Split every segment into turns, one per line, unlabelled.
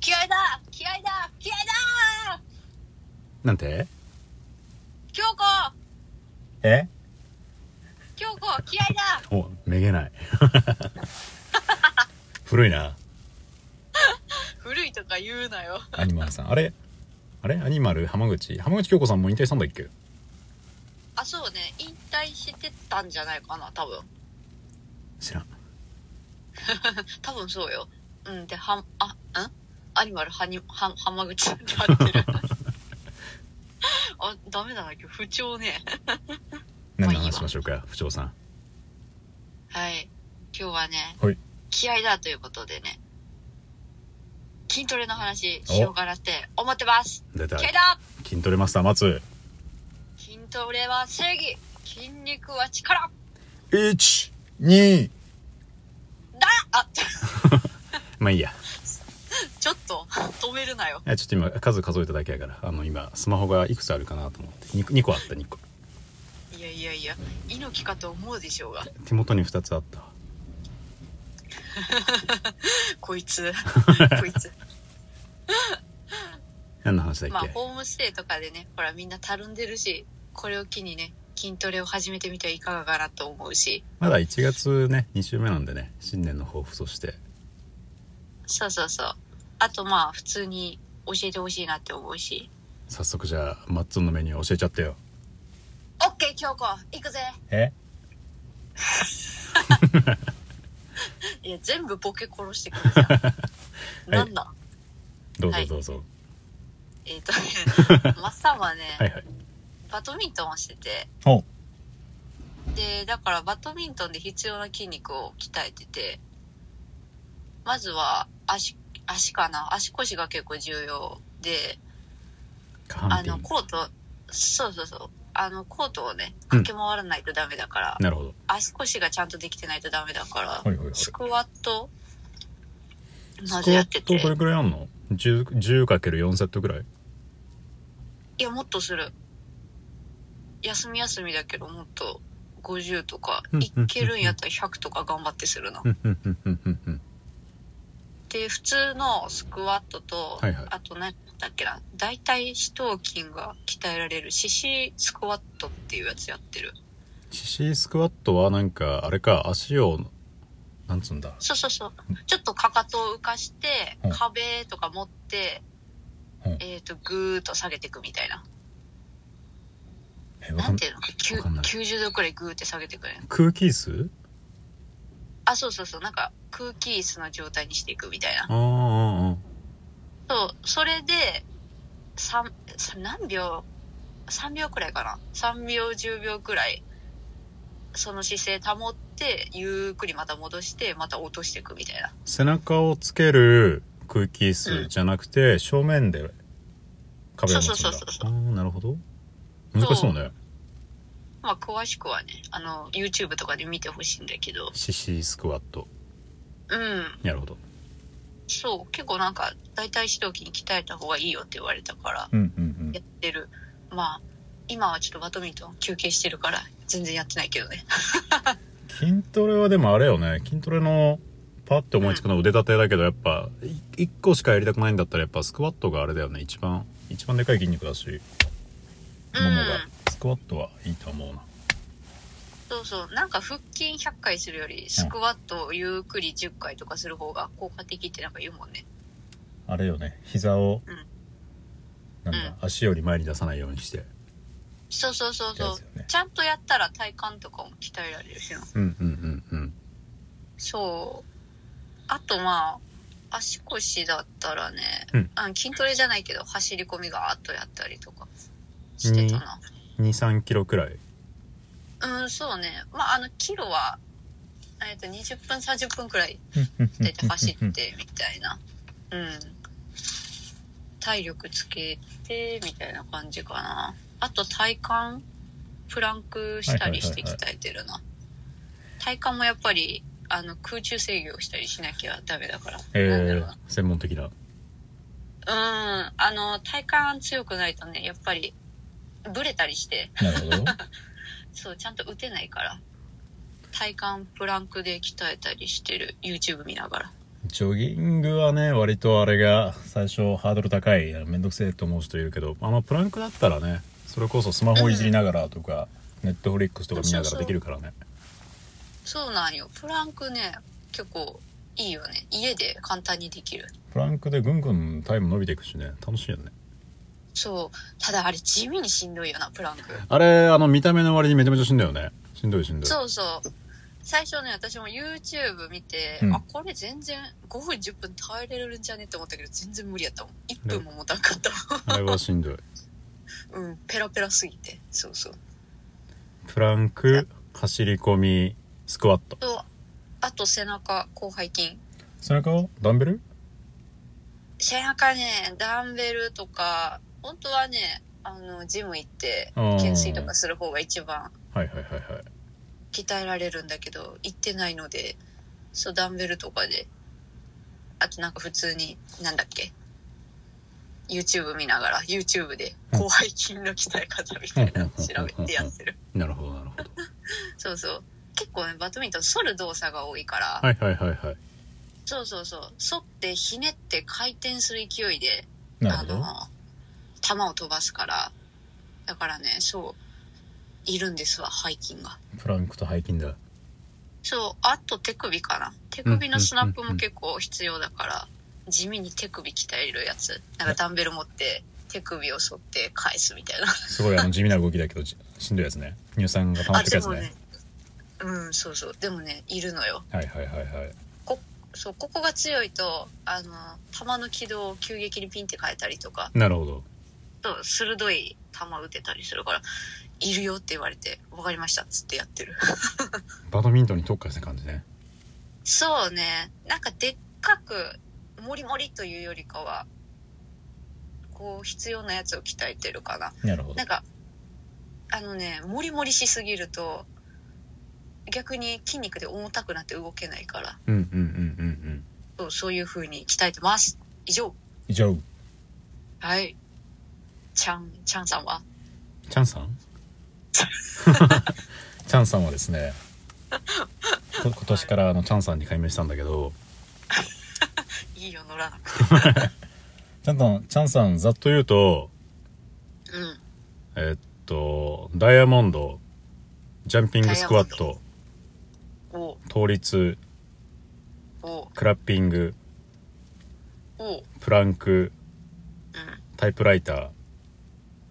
気合だ気合だ気合だ
なんて
京子
え
京子気合だ
おめげない 古いな
古いとか言うなよ。
アニマルさんあれあれアニマル浜口浜口京子さんも引退したんだっけ
あ、そうね。引退してたんじゃないかな、多分。
知らん
多分そうよ。うん、で、はん、あ、んアニマル、はに、は、浜口って合って る。あ、ダメだな、今日、不調ね。
何の
まあいいわ
話しましょうか不調さん
はい。今日はね、
はい
気合だということでね、筋トレの話しようかなって思ってます。
出た
気合だ
筋トレマスター松
筋トレは正義筋肉は力
12
だあ、
まあいいや
ちょっと、止めるなよ。
えちょっと今数数えただけやからあの今スマホがいくつあるかなと思って 2, 個あった2個
いやいやいや、猪木かと思うでしょうが。
手元に2つあったわ
こいつ、こいつ。
何の話だっけ、
まあ、ホームステイとかでね、ほら、みんなたるんでるし、これを機にね、筋トレを始めてみてはいかがかなと思うし、
まだ1月ね2週目なんでね新年の抱負として
そうそうそう。あと、まあ、普通に教えてほしいなって思うし、
早速じゃあマッツンのメニュー教えちゃってよ
オッケー、京子、行くぜ
え
いや、全部ボケ殺してくるじゃん。なんだ
どうぞ
はい
どうぞ、
えっ、とね、マッサンはね、
はい、はい
バドミントンをしてて、
おう
で、だからバドミントンで必要な筋肉を鍛えてて、まずは足、足かな足腰が結構重要で、
下
あ
半
の、
身
コート、そうそうそう、あの、コートをね、
う
駆
ん
け回らないとダメだから、
なるほど
足腰がちゃんとできてないとダメだから、
はいはいはい
スクワット、ま
ス
ず
ク
や
ワ
って
ット
て
ど、れくらいあんの ?10×4 セットぐらい
いや、もっとする。休み休みだけど、もっと50とか、
うん
いけるんやったら100とか頑張ってするな。
うんうんうんうんうんうん
で普通のスクワットと、
はいはい
あと何だっけな大体四頭筋が鍛えられる獅子スクワットっていうやつやってる
シシスクワットはなんかあれか足をなんつうんだ
そうそうそうちょっとかかとを浮かして、
うん
壁とか持って、
うん
えっ、とぐーっと下げていくみたいな、
えわ
な
かん
んていうのきゅう
わかんない
90度くらいぐーって下げていくね
空気椅子
あそうそうそうなんか空気椅子の状態にしていくみたいな
ああああ
そうそれで三三何秒3秒くらいかな3秒10秒くらいその姿勢保ってゆっくりまた戻してまた落としていくみたいな
背中をつける空気椅子じゃなくて、正面で壁を持つんだ
そうそうそうそう
あーなるほど難しそうね
まあ詳しくはねあの YouTube とかで見てほしいんだけど
シシスクワット
うん
なるほど
そう結構なんか大体指導筋鍛えた方がいいよって言われたから
うんうん
やってるまあ今はちょっとバドミントン休憩してるから全然やってないけどね
筋トレはでもあれよね筋トレのパッて思いつくのは腕立てだけどやっぱ1個しかやりたくないんだったらやっぱスクワットがあれだよね一番一番でかい筋肉だし
う
ももが
ん
スクワットはいいと思うな
そうそう。なんか腹筋100回するより、スクワットをゆっくり10回とかする方が効果的ってなんか言うもんね。
あれよね膝を、
ん
なんだ、足より前に出さないようにして
そうそうそうそ
や
う
つよ。ね
ちゃんとやったら体幹とかも鍛えられるしな。
うんうんうんうん
そう。あとまあ、足腰だったらね、
うん
あの筋トレじゃないけど、走り込みがーっとやったりとかしてたな。
23キロくらい
うん、そうね。まあ、あの、キロは、えっと、20分、30分くらい出て走ってみたいな。うん。体力つけてみたいな感じかな。あと体幹、プランクしたりして鍛えてるな。体幹もやっぱり、あの、空中制御をしたりしなきゃダメだから。なんだ
え
ろう
ー、専門的だ
なうん。あの、体幹強くないとね、やっぱり、ブレたりして、
なるほど
そう、ちゃんと打てないから。体幹、プランクで鍛えたりしてる。YouTube 見ながら。
ジョギングはね、割とあれが最初ハードル高い、めんどくせえと思う人いるけど、あのプランクだったらね、それこそスマホいじりながらとか、ネットフリックスとか見ながらできるからね。
そうなんよ。プランクね、結構いいよね。家で簡単にできる。
プランクでぐんぐんタイム伸びていくしね、楽しいよね。
そう。ただあれ地味にしんどいよな、プランク。
あれ、あの見た目の割にめちゃめちゃしんどいよね。しんどいしんどい。
そうそう。最初ね、私も YouTube 見て、
うん
あ、これ全然5分10分耐えれるんじゃねって思ったけど、全然無理やったもん。1分も持たんかったわ。
あれはしんどい。
うん、 ペラペラすぎて。そうそう。
プランク、走り込み、スクワット。
と、あと背中、広背筋。
背中をダンベル
背中ね、ダンベルとか、本当はね、あの、ジム行って、
うん
懸垂とかする方が一番
はいはいはいはい。
鍛えられるんだけど、行ってないので、そう、ダンベルとかで、あとなんか普通に、なんだっけ、YouTube 見ながら、YouTube で、
うん
広背筋の鍛え方みたいなの調べてやってる。
なるほどなるほど。
そうそう。結構ね、バドミントン、反る動作が多いから、
はいはいはいはい。
そうそうそう、反って、ひねって、回転する勢いで、
なるほど。
あの球を飛ばすからだからねそういるんですわ背筋が
プランクと背筋だ。
そうあと手首かな手首のスナップも結構必要だから地味に手首鍛えるやつなんかダンベル持って手首を反って返すみたいな
すごいあの地味な動きだけど、じしんどいやつね。乳酸が溜ま
あ
ってく
で
やつ
も
ね
ね。うんそうそうでもねいるのよ
はいはいはいはい。
そうここが強いとあの球の軌道を急激にピンって変えたりとか
なるほど。
そう鋭い球打てたりするからいるよって言われて分かりましたっつってやってる
バドミントンに特化した感じね。
そうね。なんかでっかく、もりもりというよりかは、こう、必要なやつを鍛えてるかな。
なるほど
なん。か、あのね、もりもりしすぎると、逆に筋肉で重たくなって動けないから、
うんうんうんうんうん。
そうそういう風に鍛えてます。以上。
以上。
はい。ちゃん、ちゃんさんは
チャンさ んチャンさんはですね、こ今年からあのチャンさんに改名したんだけど、
いいよ、乗らなくて。
チャンさん、チャンさんざっと言うと、
うん。
えっと、ダイヤモンド、ジャンピングスクワット、
おう
倒立、
おう
クラッピング、
おう
プランク、
うん。
タイプライター、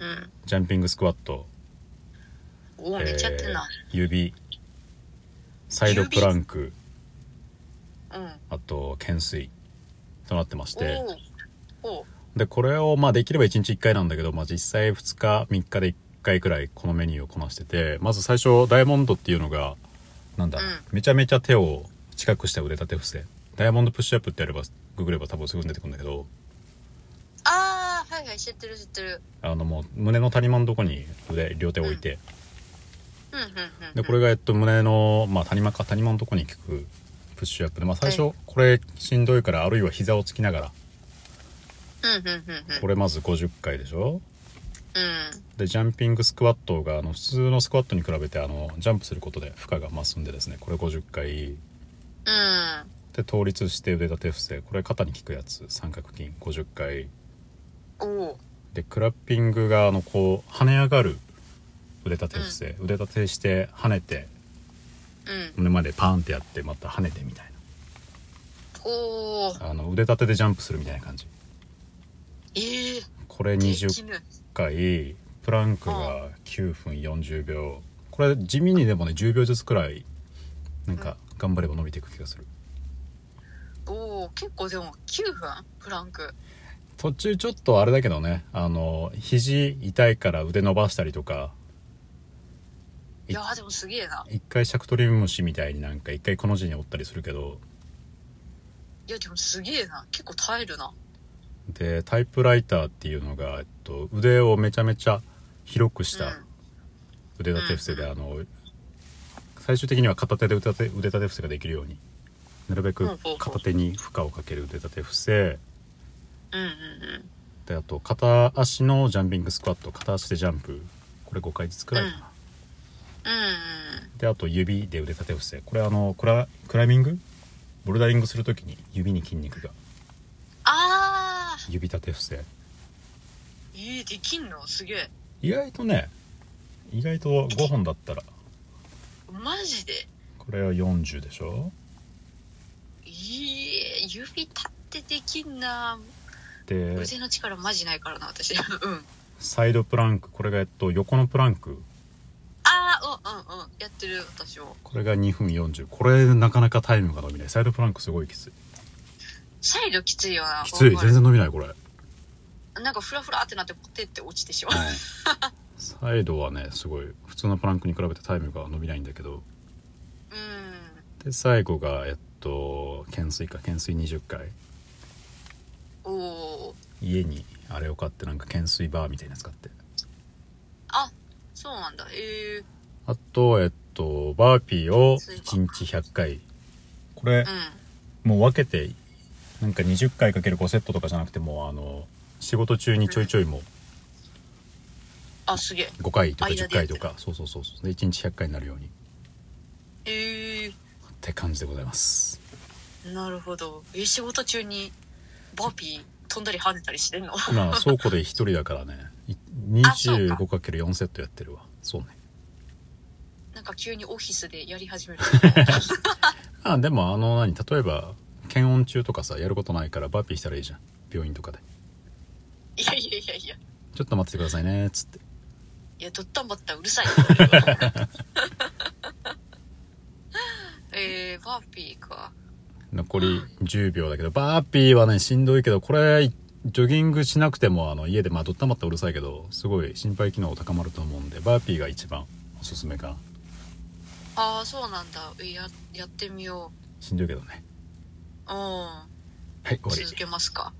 うん。
ジャンピングスクワット、
おうめっちゃやってんな。
えー指、サイドプランク、
うん。
あと、懸垂となってまして、
おうおう
で、これを、まあ、できれば1日1回なんだけど、まあ、実際2日、3日で1回くらいこのメニューをこなしてて、まず最初、ダイヤモンドっていうのが、なんだ、
うん
めちゃめちゃ手を近くした腕立て伏せ。ダイヤモンドプッシュアップってやれば、ググれば多分すぐ出てくるんだけど、
あー、はいはい、知ってる知ってる。
あの、もう、胸の谷間のとこに腕、両手置いて、
うんうんうんうん
でこれがえっと胸の、まあ、谷間か谷間のとこに効くプッシュアップで、まあ、最初これしんどいからあるいは膝をつきながら
うんうんうんうん
これまず50回でしょ
うん
でジャンピングスクワットがあの普通のスクワットに比べてあのジャンプすることで負荷が増すんでですねこれ50回
うん
で倒立して腕立て伏せこれ肩に効くやつ三角筋50回
おう
でクラッピングがあのこう跳ね上がる腕立て伏せ、腕立てして跳ねて
うん
胸までパーンってやってまた跳ねてみたい
おう
なあの腕立てでジャンプするみたいな感じ
ええ
これ
ー、
20
ぬ
回プランクが9分40秒これ地味にでもね10秒ずつくらいなんか頑張れば伸びていく気がする
おう結構でも9分プランク
途中ちょっとあれだけどねあの肘痛いから腕伸ばしたりとか
いやーでもすげえな
一回シャクトリムシみたいになんか一回この字に折ったりするけど
いやでもすげえな結構耐えるな
でタイプライターっていうのが、えっと、腕をめちゃめちゃ広くし
う
た
ん
腕立て伏せで、あの最終的には片手で腕立て腕立て伏せができるようになるべ
うんうん
く
うん
片手に負荷をかける腕立て伏せ
うんうん
であと片足のジャンピングスクワット片足でジャンプこれ5回ずつくらいかな、
うんうん
であと指で腕立て伏せこれあのクラクライミングボルダリングするときに指に筋肉が
ああ
指立て伏せ
えー、できんのすげえ
意外とね意外と5本だったら
マジで
これは40でしょ
いえ指立ってできんな
で
腕の力マジないからな私 うん
サイドプランクこれがえっと横のプランク
ああうんうんうんやってる私も
これが2分40これなかなかタイムが伸びないサイドプランクすごいきつい
サイドきついよな
きつい全然伸びないこれ
なんかフラフラってなってポテって落ちてしまう
サイドはねすごい普通のプランクに比べてタイムが伸びないんだけど
うん
で最後がえっと懸垂か懸垂20回
おおー
家にあれを買ってなんか懸垂バーみたいなの使って
あそうなんだええ
あとえっとバーピーを1日100回これ
う
もう分けてなんか20回かける5セットとかじゃなくてもうあの仕事中にちょいちょいもうん
あすげえ
5回とか
間でや
10
ってる
回とかそうそうそうそうで1日100回になるようにっ
ええ
て感じでございます
なるほどえ仕事中にバーピー飛んだり跳ねたりしてんの
今倉庫で1人だからねい
あそうか
25×4 セットやってるわそうね
なんか急にオフィスでやり始める
あでもあの何例えば検温中とかさやることないからバーピーしたらいいじゃん病院とかで
いやいやいやいや
ちょっと待っててくださいねっつって
いや、どったんばったんうるさい よ。えー、バーピーか。
残り10秒だけどバーピーはねしんどいけどこれジョギングしなくてもあの家でまあどったまったうるさいけどすごい心肺機能高まると思うんでバーピーが一番おすすめかな
ああ、そうなんだ。えや、やってみよ
しんどいけどね
う。うん。
はい終わり
続けますか。